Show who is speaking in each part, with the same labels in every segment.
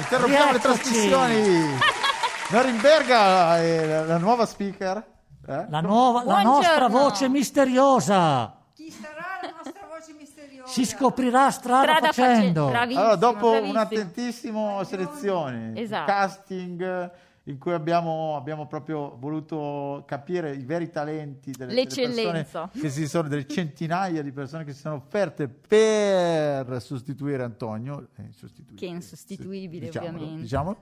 Speaker 1: Interrompiamo le
Speaker 2: Rieccoci.
Speaker 1: trasmissioni. Norimberga è la, la nuova speaker. eh?
Speaker 2: La, nuova, la
Speaker 3: Buongiorno.
Speaker 2: nostra voce misteriosa
Speaker 4: Chi sarà la nostra voce misteriosa?
Speaker 2: si scoprirà strada,
Speaker 3: Strada face-
Speaker 2: facendo.
Speaker 3: bravissimo,
Speaker 1: Allora, dopo un
Speaker 3: bravissimo.
Speaker 1: attentissimo selezioni,
Speaker 3: Esatto.
Speaker 1: casting eh, in cui abbiamo, abbiamo proprio voluto capire i veri talenti delle, delle persone
Speaker 3: L'eccellenza.
Speaker 1: che si sono, delle centinaia di persone che si sono offerte per sostituire Antonio. eh, sostituire,
Speaker 3: Che è insostituibile,
Speaker 1: diciamolo,
Speaker 3: ovviamente.
Speaker 1: diciamolo.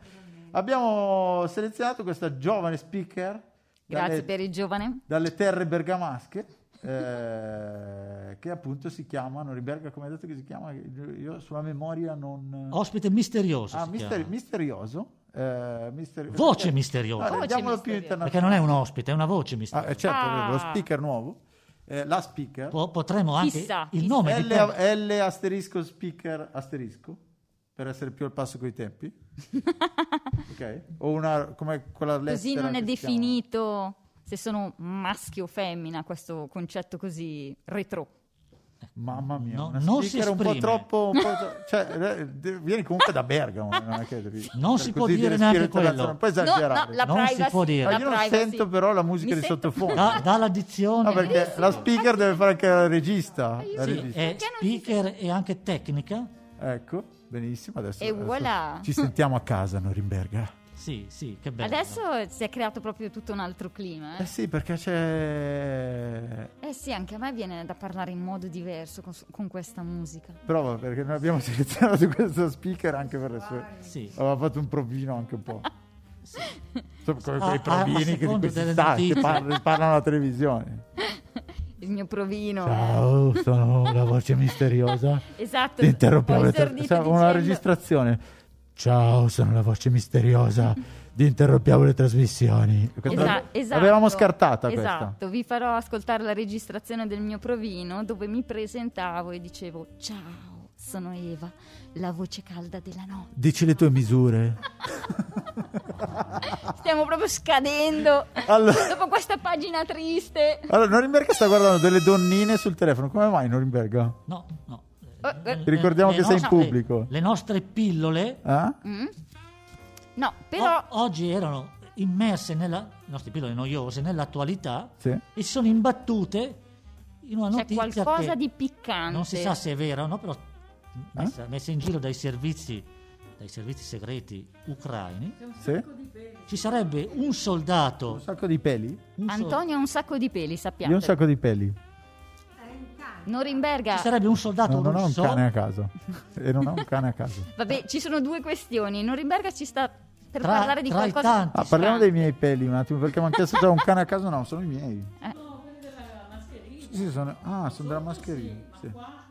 Speaker 1: Abbiamo selezionato questa giovane speaker
Speaker 3: Grazie
Speaker 1: dalle-
Speaker 3: per il giovane.
Speaker 1: dalle terre bergamasche eh, che appunto si chiama Norimberga come hai detto che si chiama io sulla memoria non
Speaker 2: Ospite misterioso.
Speaker 1: Ah,
Speaker 2: si
Speaker 1: misteri-
Speaker 2: chiama.
Speaker 1: misterioso eh, misteri-
Speaker 2: Voce
Speaker 1: perché-
Speaker 2: misteriosa.
Speaker 1: Allora,
Speaker 3: Voce
Speaker 1: diamolo più
Speaker 3: misteriosa.
Speaker 2: Perché
Speaker 1: internazionale
Speaker 2: non è un ospite, è una voce misteriosa.
Speaker 1: Ah, eh, certo
Speaker 3: Ah.
Speaker 1: lo speaker nuovo eh, la speaker
Speaker 2: Po- potremmo anche
Speaker 3: Chissà,
Speaker 2: il
Speaker 3: chissà.
Speaker 2: nome di
Speaker 1: L,
Speaker 2: quella-
Speaker 1: L asterisco speaker asterisco per essere più al passo coi tempi ok o una come quella lettera
Speaker 3: Così non è
Speaker 1: che si chiama-
Speaker 3: definito se sono maschio o femmina, questo concetto così retro.
Speaker 1: Mamma mia,
Speaker 2: No,
Speaker 1: una
Speaker 2: non si
Speaker 1: speaker un po'
Speaker 2: esprime.
Speaker 1: troppo. Un po tro- cioè, eh, de- vieni comunque da Bergamo. Non, è che devi-
Speaker 2: Non
Speaker 1: così
Speaker 2: si può
Speaker 1: di
Speaker 2: dire
Speaker 1: respiro
Speaker 2: neanche
Speaker 1: internazionale,
Speaker 2: quello.
Speaker 1: Puoi esagerare.
Speaker 3: No, no, la
Speaker 2: Non si
Speaker 3: privacy,
Speaker 2: può dire.
Speaker 1: Ah,
Speaker 3: la
Speaker 1: io non
Speaker 3: privacy.
Speaker 1: sento però la musica
Speaker 3: Mi
Speaker 1: di
Speaker 3: sento-
Speaker 1: sottofondo.
Speaker 2: da- dalla dizione
Speaker 1: No, perché la speaker deve fare anche la regista. la
Speaker 2: Sì, eh.
Speaker 1: regista.
Speaker 2: è
Speaker 3: Perché non si
Speaker 2: speaker e anche tecnica.
Speaker 1: Ecco, benissimo. Adesso,
Speaker 3: E
Speaker 1: adesso
Speaker 3: voilà.
Speaker 1: ci sentiamo a casa, Norimberga.
Speaker 2: Sì, sì, che bello.
Speaker 3: Adesso si è creato proprio tutto un altro clima.
Speaker 1: Eh
Speaker 3: Eh,
Speaker 1: sì, perché c'è.
Speaker 3: Eh sì, anche a me viene da parlare in modo diverso con, con questa musica.
Speaker 1: Prova perché noi abbiamo selezionato questa speaker anche per le sue.
Speaker 2: Sì.
Speaker 1: Aveva fatto un provino anche un po'. Insomma, Come quei
Speaker 2: Ah, ah, a
Speaker 1: provini che di
Speaker 2: secondo
Speaker 1: questi
Speaker 2: delle
Speaker 1: stati
Speaker 2: notizie.
Speaker 1: par- parlano alla televisione.
Speaker 3: Il mio provino.
Speaker 1: Ciao, sono la voce misteriosa.
Speaker 3: Esatto.
Speaker 1: Ti interrompiamo
Speaker 3: ho
Speaker 1: le tra-
Speaker 3: esordito
Speaker 1: sa- una
Speaker 3: dicendo-
Speaker 1: registrazione. Ciao, sono la voce misteriosa. Ti interrompiamo le trasmissioni. Questa-
Speaker 3: Esa- esatto.
Speaker 1: L'avevamo scartata questa.
Speaker 3: Esatto, vi farò ascoltare la registrazione del mio provino dove mi presentavo e dicevo ciao, sono Eva, la voce calda della notte.
Speaker 1: Dici le tue misure.
Speaker 3: Stiamo proprio scadendo
Speaker 1: Ah. Allora-
Speaker 3: dopo questa pagina triste.
Speaker 1: Allora, Norimberga sta guardando delle donnine sul telefono. Come mai, Norimberga?
Speaker 2: No, no.
Speaker 3: Eh, eh.
Speaker 1: Ti ricordiamo che sei in
Speaker 2: nostre-
Speaker 1: pubblico.
Speaker 2: Le nostre pillole
Speaker 1: Eh?
Speaker 3: Mm? No, però
Speaker 1: Ah,
Speaker 2: o- oggi erano immerse nella le nostre pillole noiose nell'attualità
Speaker 1: Sì.
Speaker 2: e si sono imbattute in una
Speaker 3: c'è
Speaker 2: notizia
Speaker 3: qualcosa
Speaker 2: che
Speaker 3: di piccante.
Speaker 2: non si sa se è vera o no, però messa,
Speaker 1: Eh?
Speaker 2: messa in giro dai servizi dai servizi segreti ucraini,
Speaker 1: Sì?
Speaker 2: ci sarebbe un
Speaker 1: Un
Speaker 2: soldato,
Speaker 1: sacco di peli?
Speaker 2: un sol-
Speaker 3: Antonio ha un sacco di peli, sappiate.
Speaker 1: Io ho un sacco di peli.
Speaker 3: Norimberga.
Speaker 2: ci sarebbe un soldato
Speaker 1: No, non ho un
Speaker 2: russo
Speaker 1: cane a casa. E non ho un cane a casa.
Speaker 3: Vabbè, Ah, ci sono due questioni. Norimberga ci sta per
Speaker 2: Tra-
Speaker 3: parlare di
Speaker 2: tra i
Speaker 3: qualcosa.
Speaker 2: tanti.
Speaker 1: Ah,
Speaker 3: di
Speaker 1: parliamo
Speaker 3: strano.
Speaker 1: dei miei peli un attimo, perché mi hanno chiesto se ho un cane a casa, no, sono i miei.
Speaker 3: Eh.
Speaker 1: Sì, sì, sono, ah, sono della mascherina. sì.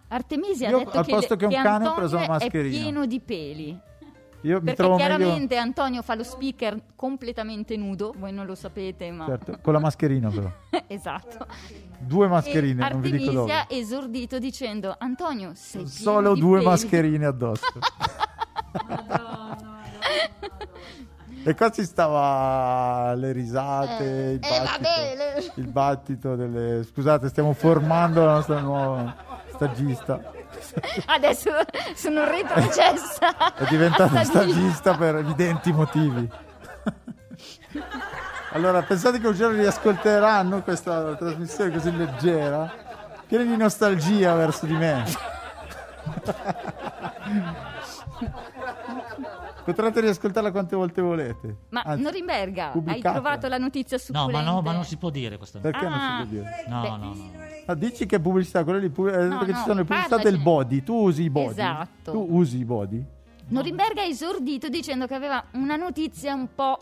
Speaker 3: Artemisi ha
Speaker 1: Io,
Speaker 3: detto
Speaker 1: al
Speaker 3: che,
Speaker 1: posto
Speaker 3: le-
Speaker 1: che un cane, ho
Speaker 3: Antonio
Speaker 1: preso la
Speaker 3: è
Speaker 1: mascherina.
Speaker 3: pieno di peli.
Speaker 1: Io mi
Speaker 3: Perché
Speaker 1: trovo meglio
Speaker 3: chiaramente Antonio fa lo speaker completamente nudo, voi non lo sapete, ma
Speaker 1: certo, con la mascherina però.
Speaker 3: esatto.
Speaker 1: Due
Speaker 3: e
Speaker 1: mascherine, non vi dico dove.
Speaker 3: Artemisia esordito dicendo Antonio sei pieno
Speaker 1: Solo
Speaker 3: di
Speaker 1: due
Speaker 3: peli."
Speaker 1: mascherine addosso. E qua ci stava le risate,
Speaker 3: Eh,
Speaker 1: il,
Speaker 3: eh,
Speaker 1: battito,
Speaker 3: vabbè, le-
Speaker 1: il battito delle... Scusate, stiamo formando la nostra nuova stagista.
Speaker 3: Adesso sono retrocessa.
Speaker 1: È diventata
Speaker 3: a stagista.
Speaker 1: stagista per evidenti motivi. allora, pensate che un giorno riascolteranno questa trasmissione così leggera, piena di nostalgia verso di me. Potrete riascoltarla quante volte volete.
Speaker 3: Ma
Speaker 1: Anzi,
Speaker 3: Norimberga,
Speaker 1: pubblicata.
Speaker 3: hai trovato la notizia
Speaker 2: No,
Speaker 3: succulenta?
Speaker 2: ma no, ma non si può dire questa notizia.
Speaker 1: Perché non si
Speaker 3: Ah.
Speaker 1: può dire?
Speaker 2: No, no, no.
Speaker 1: Ah, dici che pubblicità, quella lì, pub- eh,
Speaker 3: No,
Speaker 1: perché
Speaker 3: no,
Speaker 1: ci sono le pubblicità
Speaker 3: parlacene.
Speaker 1: del body, tu usi i body.
Speaker 3: Esatto.
Speaker 1: Tu usi i body.
Speaker 3: Norimberga ha esordito dicendo che aveva una notizia un po'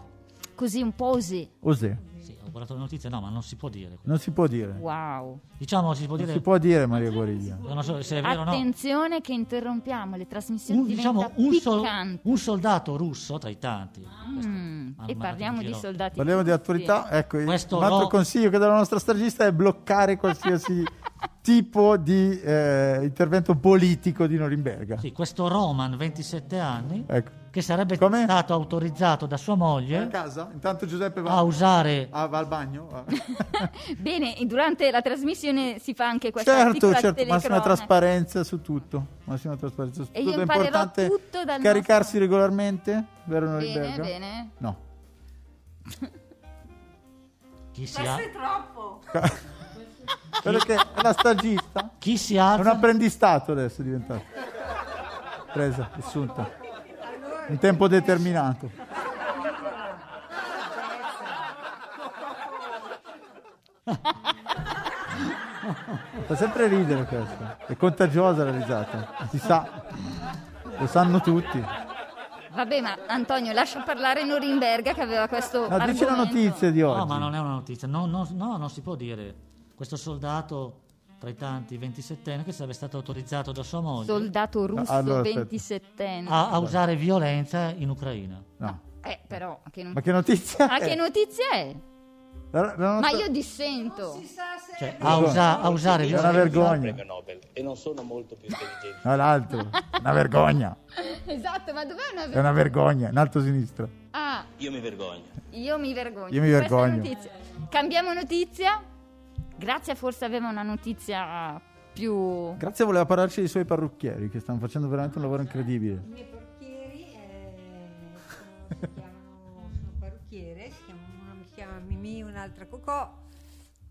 Speaker 3: così, un po' così.
Speaker 1: Osè,
Speaker 2: Sì, ho guardato le notizie, no, ma non si può dire.
Speaker 1: non si può dire.
Speaker 3: Wow.
Speaker 2: Diciamo, si può
Speaker 1: Non
Speaker 2: dire.
Speaker 1: si può dire Maria Guariglia.
Speaker 2: Non so se è vero o no.
Speaker 3: Attenzione che interrompiamo le trasmissioni
Speaker 2: Un, diciamo,
Speaker 3: diventa
Speaker 2: un, sol-
Speaker 3: piccante.
Speaker 2: un soldato russo tra i tanti. Questo-
Speaker 3: Mm,
Speaker 2: hanno
Speaker 3: e
Speaker 2: mandato
Speaker 3: parliamo
Speaker 2: in
Speaker 3: di
Speaker 2: giro.
Speaker 3: soldati.
Speaker 1: Parliamo di
Speaker 3: russi.
Speaker 1: attualità, ecco, il-
Speaker 2: Questo
Speaker 1: un altro
Speaker 2: no.
Speaker 1: consiglio che dà la nostra stagista è bloccare qualsiasi tipo di eh, intervento politico di Norimberga.
Speaker 2: Sì, questo Roman, 27 anni,
Speaker 1: Ecco.
Speaker 2: che sarebbe
Speaker 1: Come?
Speaker 2: stato autorizzato da sua
Speaker 1: a
Speaker 2: moglie
Speaker 1: casa? Intanto Giuseppe va,
Speaker 2: a usare
Speaker 1: ah, va al bagno? Ah.
Speaker 3: Bene, e durante la trasmissione si fa anche questa
Speaker 1: certo,
Speaker 3: piccola
Speaker 1: certo, massima
Speaker 3: telecronaca.
Speaker 1: trasparenza su tutto. Massima trasparenza su
Speaker 3: E io
Speaker 1: tutto. È
Speaker 3: imparerò
Speaker 1: importante
Speaker 3: tutto dal
Speaker 1: caricarsi
Speaker 3: nostro-
Speaker 1: regolarmente, vero
Speaker 3: Bene,
Speaker 1: Noriberga?
Speaker 3: bene.
Speaker 1: No.
Speaker 2: chi si,
Speaker 4: Questo
Speaker 2: a-
Speaker 4: è troppo.
Speaker 1: Perché è una stagista?
Speaker 2: chi si
Speaker 1: È un
Speaker 2: alza
Speaker 1: apprendistato adesso è diventato. Presa, assunta. In tempo determinato. Fa sempre ridere questo. È contagiosa la risata. Si sa. Lo sanno tutti. No,
Speaker 3: Vabbè, ma Antonio, lascia parlare Norimberga che aveva questo
Speaker 1: dici la
Speaker 3: argomento.
Speaker 1: notizia di oggi.
Speaker 2: No, ma non è una notizia. No, no, no, non si può dire. Questo soldato, tra i tanti, 27enne, che sarebbe stato autorizzato da sua moglie
Speaker 3: Soldato russo
Speaker 1: allora, aspetta.
Speaker 3: 27enne.
Speaker 2: a, a usare violenza in Ucraina.
Speaker 1: No.
Speaker 3: Eh, però, che non-
Speaker 1: Ma che notizia?
Speaker 3: Ah,
Speaker 1: è?
Speaker 3: che notizia è?
Speaker 1: La- la
Speaker 3: Ma
Speaker 1: nostra-
Speaker 3: io
Speaker 4: Non
Speaker 3: dissento.
Speaker 4: si sa se
Speaker 2: Cioè,
Speaker 4: è
Speaker 2: a, usa- a usare
Speaker 1: È una
Speaker 2: violenza.
Speaker 1: vergogna.
Speaker 5: premio Nobel e non sono molto più intelligenti.
Speaker 1: No, l'altro. Una vergogna.
Speaker 3: Esatto, ma dov'è una
Speaker 1: È una vergogna. In alto a sinistra.
Speaker 3: Ah,
Speaker 5: Io mi vergogno.
Speaker 3: io mi vergogno.
Speaker 1: Io mi
Speaker 3: Questa è
Speaker 1: vergogno.
Speaker 3: notizia. Cambiamo notizia. Grazia forse aveva una notizia più...
Speaker 1: Grazie voleva parlarci dei suoi parrucchieri che stanno facendo veramente un lavoro incredibile.
Speaker 4: I miei parrucchieri eh, sono- si chiamano, sono parrucchiere, si chiamano- una mi chiama Mimì, un'altra Cocò,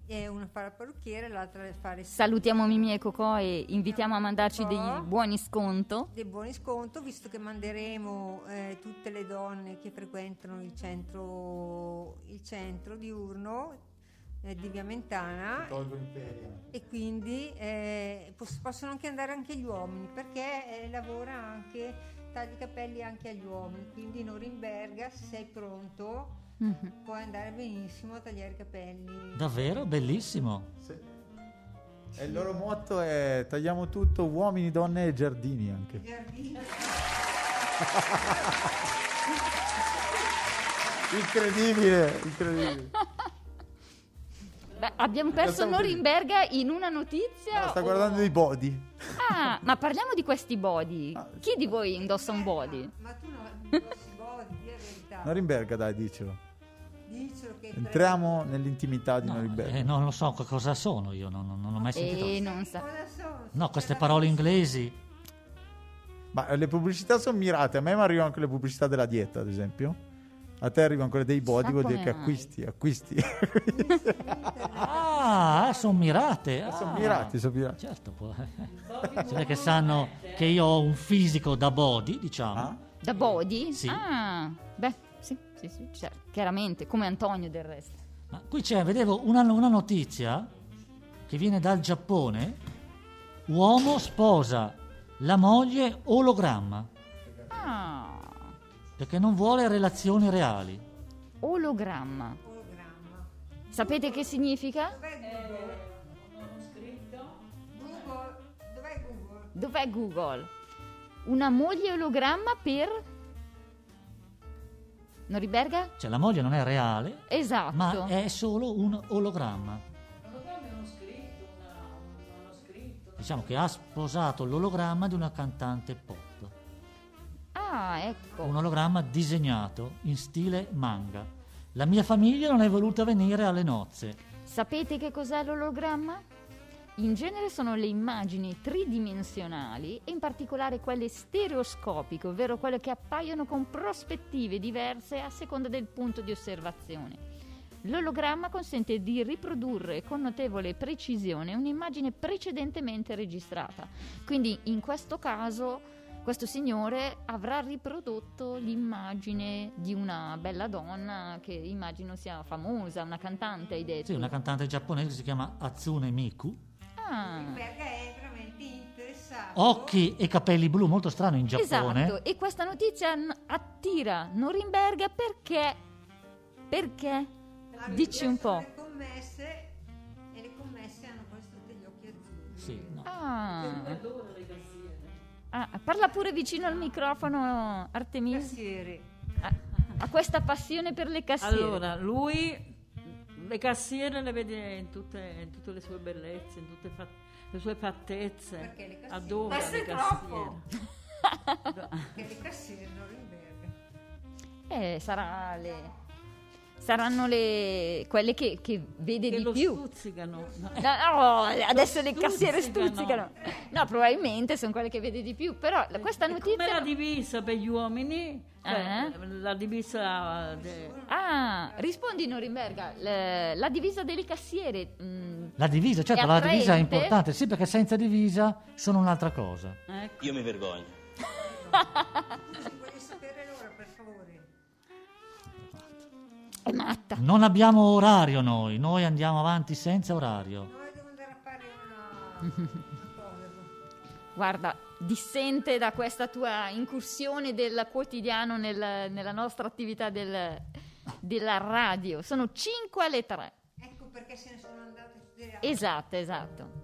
Speaker 4: e una fa la parrucchiere, l'altra le fa le
Speaker 3: Salutiamo Mimì e Cocò e invitiamo a mandarci dei
Speaker 4: Cocò.
Speaker 3: buoni sconto.
Speaker 4: dei buoni sconto, visto che manderemo eh, tutte le donne che frequentano il centro, il centro diurno eh, di Via Mentana e quindi eh, poss- possono anche andare anche gli uomini perché eh, lavora anche tagli i capelli anche agli uomini quindi Norimberga se sei pronto
Speaker 3: Mhm.
Speaker 4: puoi andare benissimo a tagliare i capelli
Speaker 2: Davvero bellissimo.
Speaker 1: E il loro motto è tagliamo tutto, uomini, donne e giardini anche.
Speaker 4: Giardino.
Speaker 1: Incredibile, incredibile.
Speaker 3: Beh, abbiamo perso
Speaker 1: Lasciamo
Speaker 3: Norimberga in una notizia.
Speaker 1: No, Ah, sta
Speaker 3: o-
Speaker 1: guardando i body.
Speaker 3: Ah, ma parliamo di questi body.
Speaker 1: Ah,
Speaker 3: Chi di voi indossa un body?
Speaker 4: ma tu non non si godi di la verità
Speaker 1: Norimberga, dai, dicelo.
Speaker 4: dicelo che
Speaker 1: Entriamo nell'intimità di
Speaker 2: No,
Speaker 1: Norimberga.
Speaker 2: eh, non lo so co- cosa sono io, non, non- non ho
Speaker 3: Eh,
Speaker 2: mai sentito.
Speaker 3: E non sa.
Speaker 4: Cosa sono?
Speaker 2: No, queste parole inglesi.
Speaker 1: Ma le pubblicità sono mirate. A me mi arrivano anche le pubblicità della dieta, ad esempio. A te arrivano quelle dei body,
Speaker 3: Sa
Speaker 1: vuol dire
Speaker 3: come
Speaker 1: che
Speaker 3: mai.
Speaker 1: acquisti, acquisti.
Speaker 2: Ah, sono mirate. ah.
Speaker 1: Eh, sono mirati, sono mirati.
Speaker 2: Certo, può. Si vede che sanno che io ho un fisico da body, diciamo.
Speaker 1: Ah?
Speaker 3: Da body?
Speaker 2: Sì.
Speaker 3: Ah, beh, sì, sì, sì, certo. chiaramente, come Antonio del resto.
Speaker 2: Ma qui c'è, vedevo una, una notizia che viene dal Giappone. Uomo sposa la moglie ologramma
Speaker 3: Ah,
Speaker 2: perché non vuole relazioni reali.
Speaker 3: ologramma.
Speaker 4: Ologramma.
Speaker 3: Sapete che significa?
Speaker 2: Eh,
Speaker 4: Dov'è Google? non ho scritto. Google, dov'è Google?
Speaker 3: Dov'è Google? Una moglie ologramma per... Noriberga?
Speaker 2: Cioè la moglie non è reale,
Speaker 3: Esatto.
Speaker 2: ma è solo un ologramma. Diciamo che ha sposato l'ologramma di una cantante pop.
Speaker 3: Ah, ecco.
Speaker 2: Un ologramma disegnato in stile manga. La mia famiglia non è voluta venire alle nozze.
Speaker 3: Sapete che cos'è l'ologramma? In genere sono le immagini tridimensionali e in particolare quelle stereoscopiche, ovvero quelle che appaiono con prospettive diverse a seconda del punto di osservazione. L'ologramma consente di riprodurre con notevole precisione un'immagine precedentemente registrata. Quindi in questo caso questo signore avrà riprodotto l'immagine di una bella donna che immagino sia famosa, una cantante, hai detto.
Speaker 2: Sì, una cantante giapponese che si chiama Atsune Miku. Eh.
Speaker 3: Ah,
Speaker 4: Berga è veramente interessato.
Speaker 2: Occhi e capelli blu, molto strano in Giappone.
Speaker 3: esatto, e questa notizia n- attira Norimberga perché? Perché?
Speaker 4: Ha
Speaker 3: Dici un po'.
Speaker 4: richiesto Le commesse e le commesse hanno questo degli occhi azzurri.
Speaker 2: Sì, no.
Speaker 3: Ah. Ah, parla pure vicino al microfono Artemisi
Speaker 4: Cassiere.
Speaker 3: Ah, ha questa passione per le cassiere.
Speaker 6: Allora, lui le cassiere le vede in tutte, in tutte le sue bellezze, in tutte fa- le sue fattezze.
Speaker 4: Perché le cassiere-
Speaker 6: Adora
Speaker 4: Questo
Speaker 6: le
Speaker 4: è troppo!
Speaker 6: cassiere.
Speaker 4: Che le cassiere non rimbergono.
Speaker 3: eh, sarà le- saranno le, quelle che, che vede
Speaker 6: che
Speaker 3: di
Speaker 6: lo
Speaker 3: più.
Speaker 6: stuzzicano. Eh, No,
Speaker 3: No, no, adesso le cassiere
Speaker 6: stuzzicano.
Speaker 3: stuzzicano. No, probabilmente sono quelle che vede di più, però la- questa
Speaker 6: E ecco, Come
Speaker 3: notizia...
Speaker 6: la divisa per gli uomini?
Speaker 3: Eh?
Speaker 6: Cioè, La divisa... de-
Speaker 3: Ah, rispondi Norimberga, l- la divisa delle cassiere. mm,
Speaker 2: La divisa, certo,
Speaker 3: È
Speaker 2: la divisa è
Speaker 3: attraente?
Speaker 2: importante, sì, perché senza divisa sono un'altra cosa.
Speaker 6: ecco.
Speaker 5: Io mi vergogno.
Speaker 4: Ci voglio sapere l'ora, per favore.
Speaker 3: è matta.
Speaker 2: Non abbiamo orario noi, noi andiamo avanti senza orario.
Speaker 4: No, io devo andare a fare una... un povero.
Speaker 3: Guarda, dissente da questa tua incursione del quotidiano nel- nella nostra attività del- della radio. Sono 5 alle 3.
Speaker 4: Ecco perché se ne sono andate tutte le altre.
Speaker 3: Esatto, esatto.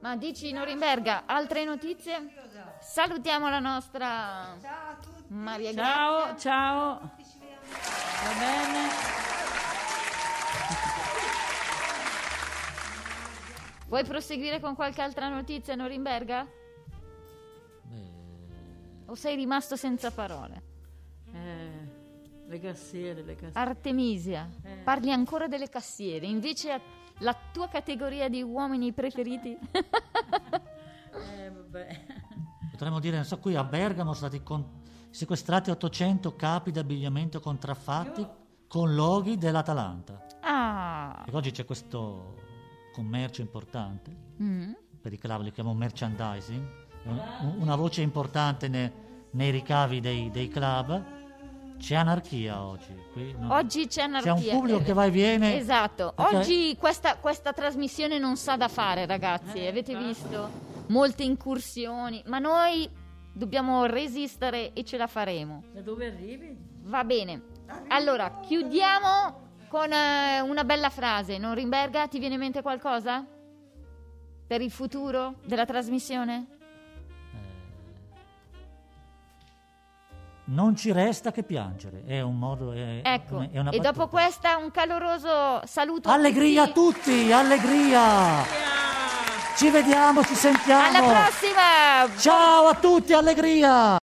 Speaker 3: Ma dici Norimberga, altre notizie? Salutiamo la nostra
Speaker 4: Ciao a tutti.
Speaker 3: Maria
Speaker 6: Ciao,
Speaker 3: Grazia.
Speaker 6: ciao,
Speaker 4: Ci vediamo.
Speaker 6: va bene.
Speaker 3: Vuoi proseguire con qualche altra notizia Norimberga?
Speaker 2: Eh,
Speaker 3: O sei rimasto senza parole?
Speaker 6: Eh, le cassiere, le cassiere.
Speaker 3: Artemisia,
Speaker 6: Eh.
Speaker 3: parli ancora delle cassiere, invece a- la tua categoria di uomini preferiti? Ah.
Speaker 6: Eh, vabbè.
Speaker 2: Potremmo dire, non so, qui a Bergamo sono stati con- sequestrati 800 capi di abbigliamento contraffatti con loghi dell'Atalanta.
Speaker 3: ah,
Speaker 2: E oggi c'è questo commercio importante.
Speaker 3: mm.
Speaker 2: per i club li chiamo merchandising, è un- una voce importante ne- nei ricavi dei, dei club. C'è anarchia oggi. qui non-
Speaker 3: oggi c'è anarchia.
Speaker 2: C'è un pubblico che va e viene.
Speaker 3: Esatto,
Speaker 2: Perché-
Speaker 3: oggi questa, questa trasmissione non sa da fare ragazzi,
Speaker 6: Eh,
Speaker 3: avete
Speaker 6: infatti.
Speaker 3: visto? Molte incursioni, ma noi dobbiamo resistere e ce la faremo.
Speaker 6: Da dove arrivi?
Speaker 3: Va bene, allora chiudiamo con eh, una bella frase. Norimberga, ti viene in mente qualcosa? Per il futuro della trasmissione?
Speaker 2: Non ci resta che piangere. È un modo. È,
Speaker 3: Ecco,
Speaker 2: è una
Speaker 3: e dopo
Speaker 2: battuta.
Speaker 3: questa un caloroso saluto. a
Speaker 2: Allegria a
Speaker 3: tutti.
Speaker 2: tutti, allegria! Ci vediamo, ci sentiamo.
Speaker 3: Alla prossima!
Speaker 2: Ciao a tutti, allegria!